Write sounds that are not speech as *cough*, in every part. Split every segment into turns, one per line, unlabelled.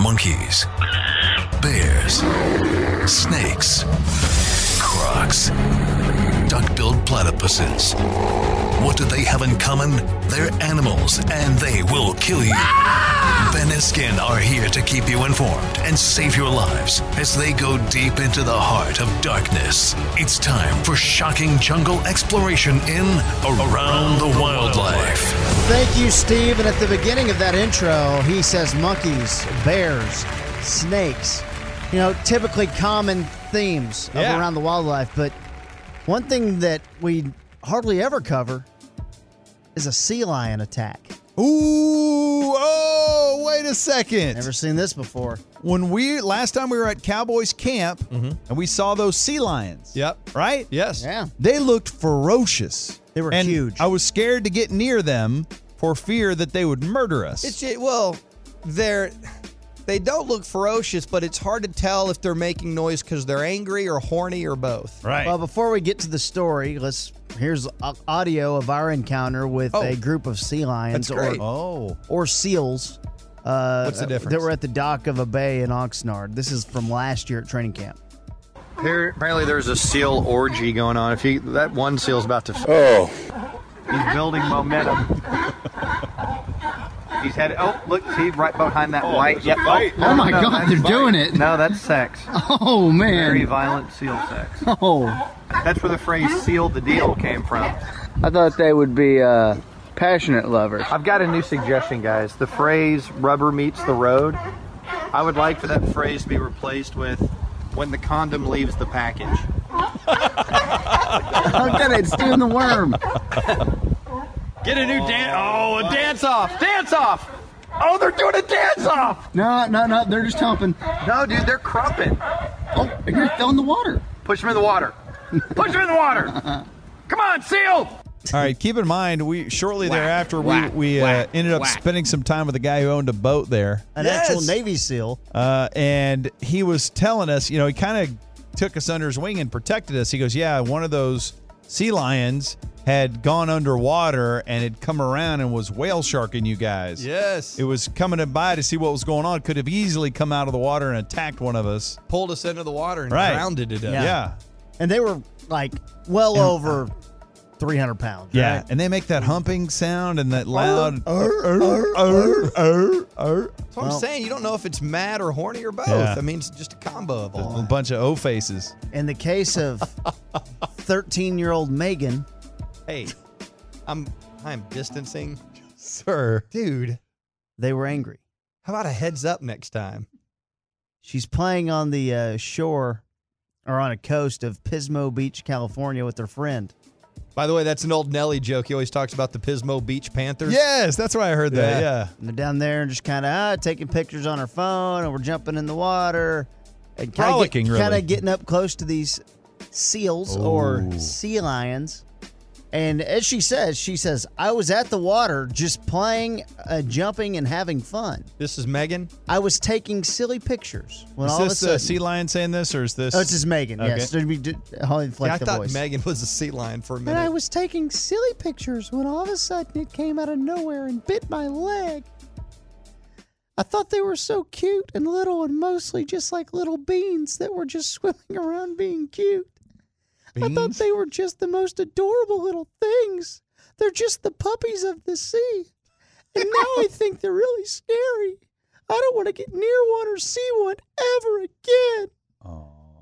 Monkeys, bears, snakes, crocs, duck billed platypuses. What do they have in common? They're animals and they will kill you. Ben and Skin are here to keep you informed and save your lives as they go deep into the heart of darkness. It's time for shocking jungle exploration in Around the Wildlife.
Thank you, Steve. And at the beginning of that intro, he says monkeys, bears, snakes. You know, typically common themes of
Yeah.
around the wildlife. But one thing that we hardly ever cover is a sea lion attack.
Ooh, oh, wait a second.
Never seen this before.
When we last time we were at Cowboys camp
Mm-hmm.
and we saw those sea lions.
Yep.
Right?
Yes.
Yeah.
They looked ferocious.
They were
And
huge.
I was scared to get near them for fear that they would murder us.
It's ju- well, they're they don't look ferocious, but it's hard to tell if they're making noise because they're angry or horny or both.
right.
Well, before we get to the story, let's here's au- audio of our encounter with
Oh.
a group of sea lions
That's great.
or
oh.
or seals. Uh,
What's the difference?
That were at the dock of a bay in Oxnard. This is from last year at training camp.
Here, apparently there's a seal orgy going on. If you that one seal's about to.
Oh,
He's building momentum. He's headed. Oh, look, see right behind that white. Yep. Oh,
Oh my God,
that's
they're doing it.
No, that's sex.
Oh
Very
man!
violent seal sex.
Oh,
That's where the phrase "sealed the deal" came from.
I thought they would be uh, passionate lovers.
I've got a new suggestion, guys. The phrase "rubber meets the road." I would like for that phrase to be replaced with "when the condom leaves the package."
Okay, it's doing the worm.
Get a new dance. Oh, a dance
off, dance off. Oh, they're doing a dance off.
No, no, no. They're just humping.
No, dude, they're crumping.
Oh, you're still in the water.
Push him in the water. Push him in the water.
*laughs*
Come on, seal.
All right, keep in mind, we shortly thereafter we, we uh, ended up spending some time with a guy who owned a boat there,
An actual Navy SEAL.
uh, and he was telling us, you know, he kind of took us under his wing and protected us. He goes, "Yeah, one of those sea lions had gone underwater and had come around and was whale sharking you guys.
Yes.
It was coming in by to see what was going on. Could have easily come out of the water and attacked one of us.
pulled us into the water and
Right.
grounded it up.
Yeah.
Yeah,
and they were like well over 300 pounds.
yeah.
right?
And they make that humping sound and that loud.
That's what I'm
Well-
saying. You don't know if it's mad or horny or both.
Yeah.
I mean, it's just a combo of
A
all.
bunch of O faces.
In the case of 13 year old Megan,
Hey, I'm I'm distancing,
Sir.
dude.
they were angry.
How about a heads up next time?
She's playing on the uh, shore or on a coast of Pismo Beach, California, with her friend.
By the way, that's an old Nelly joke. He always talks about the Pismo Beach Panthers.
Yes, that's why I heard that. Yeah.
And they're down there and just kind of ah, taking pictures on her phone, and we're jumping in the water and kind of
Frolicking, really.
kind of getting up close to these seals or sea lions. And as she says, she says, "I was at the water, just playing, uh, jumping, and having fun.
This is Megan.
I was taking silly pictures when
Is
all
this
of a
uh,
sudden."
Sea Lion saying this, or is this?
oh, it's just Megan.
Okay.
Yes, there'd be d- Holly Fleck
Yeah, I
the
thought
voice.
Megan was a sea lion for a minute.
and I was taking silly pictures when all of a sudden it came out of nowhere and bit my leg. I thought they were so cute and little and mostly just like little beans that were just *laughs* swimming around being cute. I thought
Beans?
they were just the most adorable little things. They're just the puppies of the sea. And
*laughs*
now I think they're really scary. I don't want to get near one or see one ever again.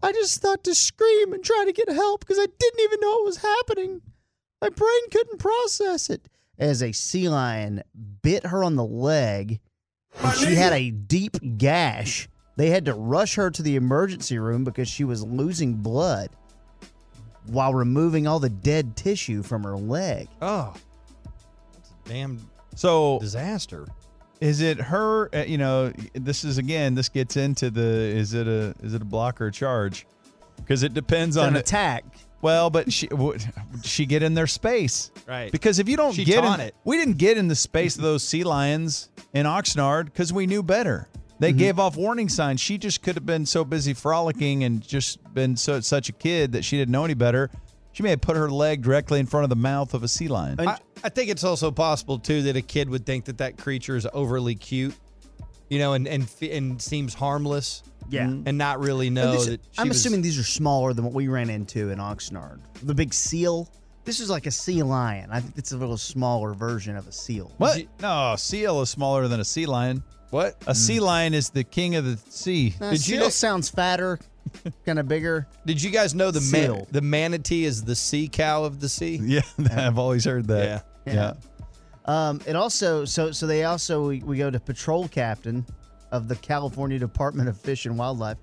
I just thought to scream and try to get help because I didn't even know what was happening. My brain couldn't process it. As a sea lion bit her on the leg, and she had a deep gash. They had to rush her to the emergency room because she was losing blood while removing all the dead tissue from her leg.
Oh, that's a damn
so
disaster.
Is it her? Uh, you know, this is again. This gets into the is it a is it a block or a charge? Because it depends
It's
on
an
it-
attack.
Well, but she would she get in their space,
Right.
Because if you don't
She
get
taught
in,
it.
we didn't get in the space of those sea lions in Oxnard because we knew better. They gave off warning signs. She just could have been so busy frolicking and just been so such a kid that she didn't know any better. She may have put her leg directly in front of the mouth of a sea lion.
I, I think it's also possible too that a kid would think that that creature is overly cute, you know, and and f- and seems harmless. Mm-hmm.
Yeah.
and not really know
This-
that. She
I'm
was-
assuming these are smaller than what we ran into in Oxnard. The big seal. This is like a sea lion. I think it's a little smaller version of a seal.
what? No, seal is smaller than a sea lion.
what
A sea lion is the king of the sea.
Nah,
Did you
seal
know-
sounds
*laughs*
fatter, kind of bigger.
did you guys know? The man,
Seal.
the manatee is the sea cow of the sea.
*laughs* Yeah, *laughs* I've always heard that.
Yeah. Um, it also so so they also we, we go to patrol captain of the California Department of Fish and Wildlife,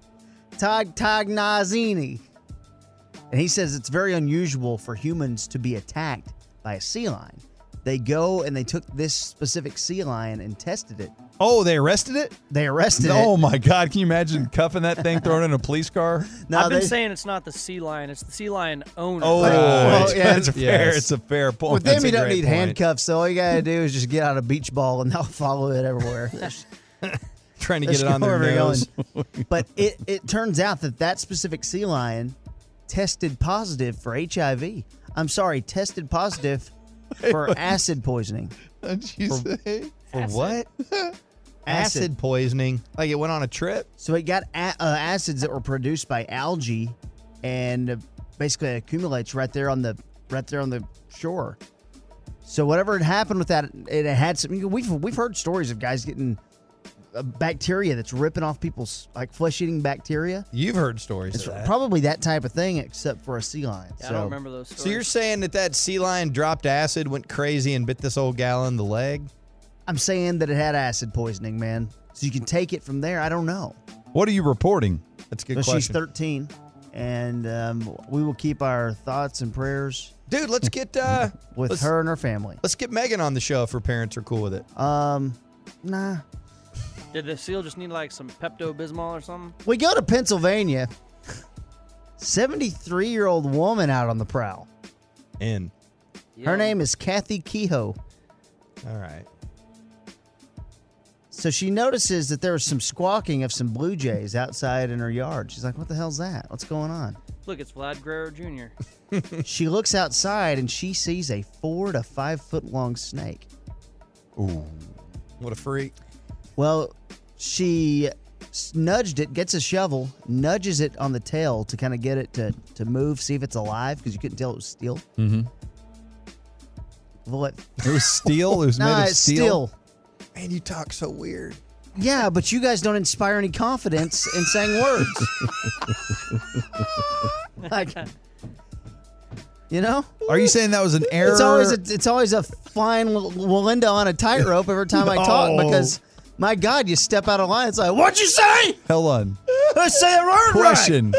Tag Tagnazzini, and he says it's very unusual for humans to be attacked by a sea lion. They go and they took this specific sea lion and tested it.
Oh, they arrested it?
They arrested
Oh
it.
my God! Can you imagine cuffing that thing, throwing it in a police car?
Now
I've been
they-
saying it's not the sea lion; it's the sea lion owner.
Oh,
well,
it's,
yeah,
it's a
yes.
fair. It's a fair point.
with them
That's a
you don't
great
need
point.
handcuffs, so all you
*laughs*
gotta do is just get out a beach ball and they'll follow it everywhere.
Trying to
Let's
get it on
go
their
wherever you're
nose.
going. but it, it turns out that that specific sea lion tested positive for HIV. I'm sorry, tested
*laughs*
positive for acid poisoning.
*laughs* Did you say?
For what?
Acid.
Acid poisoning. Like it went on a trip.
So it got a- uh, acids that were produced by algae, and uh, basically accumulates right there on the right there on the shore. So whatever had happened with that, it had some. We've we've heard stories of guys getting uh, bacteria that's ripping off people's like flesh eating bacteria.
You've heard stories.
It's
of that.
probably that type of thing, except for a sea lion. so.
Yeah, I don't remember those. Stories.
so you're saying that that sea lion dropped acid, went crazy, and bit this old gal in the leg?
I'm saying that it had acid poisoning, man. So you can take it from there. I don't know.
What are you reporting?
That's a good
But
question.
she's 13, and um, we will keep our thoughts and prayers
Dude, let's get uh,
with
let's,
her and her family.
Let's get Megan on the show if her parents are cool with it.
Um, nah.
Did the seal just need like some Pepto Bismol or something?
We go to Pennsylvania. 73 year old woman out on the prowl.
In.
Yeah.
Her name is Kathy Kehoe.
All right.
So she notices that there was some squawking of some blue jays outside in her yard. She's like, What the hell's that? What's going
*laughs*
on?
Look, it's Vlad Guerrero Jr.
She looks outside and she sees a four to five foot long snake.
What a freak.
Well, she s- nudged it, gets a shovel, nudges it on the tail to kind of get it to, to move, see if it's alive, because you couldn't tell it was steel. Mm-hmm. Well, it,
*laughs* It was steel. It was
nah,
made of
it's
steel.
steel.
Man, you talk so weird.
Yeah, but you guys don't inspire any confidence in saying *laughs* words. like, you know?
Are you saying that was an error?
It's always a, it's always a flying Wel- Walenda on a tightrope every time I talk
No.
because my God, you step out of line. It's like, what'd you say?
Hold on.
I say a word right.
Question.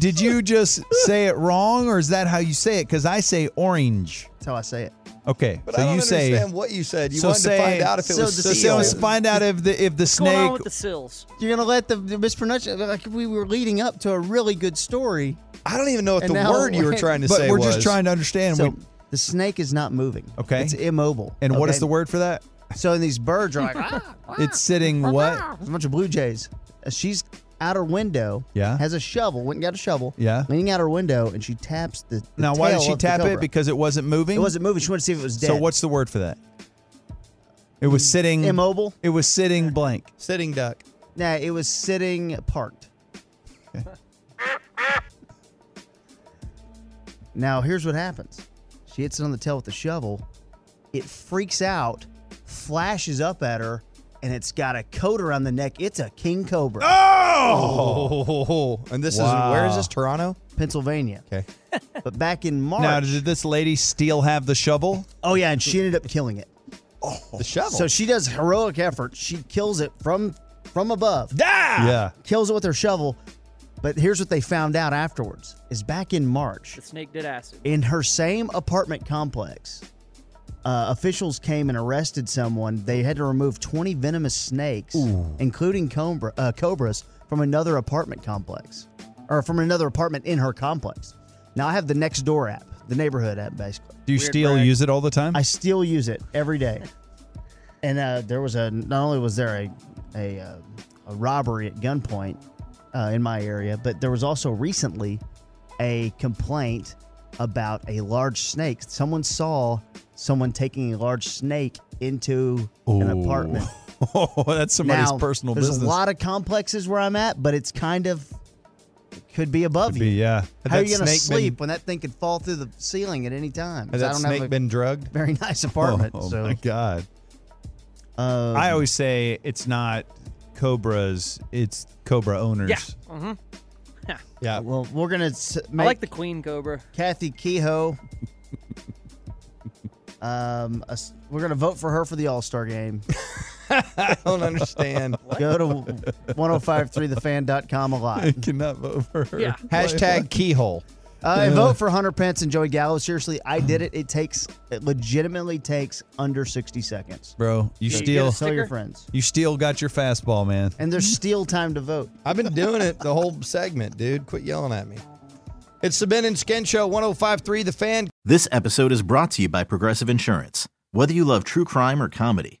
Did you just say it wrong, or is that how you say it? Because I say orange.
That's how I say it.
Okay,
But
so
I don't
you say.
understand what you said. You
so
wanted
say-
to find out if it
so
was
the
so say,
seal.
let's find out if the if the
What's going on
snake.
with the seals?
You're gonna let the, the mispronunciation like if we were leading up to a really good story.
I don't even know what
And
the
now-
word you were trying to
but
say
we're
was.
just trying to understand.
So
we-
the snake is not moving.
Okay.
it's immobile.
and what
okay?
is the word for that?
So these birds are like "Ah."
It's sitting what?
There's a bunch of blue jays. Uh, She's out her window.
Yeah.
has a shovel. Went and got a shovel.
Yeah.
leaning out her window and she taps the. the
Now, why did
tail
she
of the
tap it?
cobra.
Because it wasn't moving.
it wasn't moving. She wanted to see if it was dead. Mm.
So what's the word for that? It was sitting
immobile?
It was sitting blank.
Sitting duck.
Nah, it was sitting parked. now here's what happens. She hits it on the tail with the shovel. It freaks out, flashes up at her, and it's got a coat around the neck. It's a king cobra,
Oh. And this is where is this? Toronto?
Pennsylvania.
Okay.
*laughs* But back in March,
Now, did this lady still have the shovel?
oh yeah, and she ended up killing it.
The shovel.
So she does heroic effort. She kills it from from above.
Yeah.
kills it with her shovel. But here's what they found out afterwards: is back in March,
The snake did acid.
in her same apartment complex, uh, officials came and arrested someone, they had to remove 20 venomous snakes, including cobra, uh, cobras, from another apartment complex or from another apartment in her complex. Now I have the next door app, the neighborhood app, basically.
Do you still
brag.
use it all the time?
I still use it every day. and uh, there was a not only was there a a, uh, a robbery at gunpoint uh, in my area, but there was also recently a complaint about a large snake. Someone saw someone taking a large snake into an
Ooh. *laughs*
apartment.
*laughs* oh, that's somebody's
now,
personal
there's
business.
a lot of complexes where I'm at, but it's kind of could be above
Be,
you.
yeah. Had
How are
that
you gonna
snake been-
sleep when that thing could fall through the ceiling at any time? 'Cause
Has
I
that
don't
snake
have a
been drugged?
very *laughs* nice apartment.
*laughs* Oh,
so
my god!
um,
I always say it's not cobras; it's cobra owners.
Yeah.
*laughs*
Mm-hmm.
yeah.
Uh, Well, we're gonna s-
I
make
like the queen cobra.
Kathy
*laughs*
Kehoe. um, a s- we're gonna vote for her for the All Star game.
I
*laughs*
don't understand.
Go to 1053thefan.com a
*laughs*
lot.
I cannot vote for her.
Yeah.
Hashtag keyhole.
Uh, and vote for Hunter Pence and Joey Gallo. Seriously, I did it. It takes, it legitimately takes under 60 seconds.
bro, you
Yeah, you
still
get a
Tell your
Sticker?
friends.
you still got your fastball, man.
And there's still time to vote.
I've been doing it the whole segment, dude. Quit yelling at me. It's the Ben and Skin Show 1053 The Fan.
This episode is brought to you by Progressive Insurance. Whether you love true crime or comedy,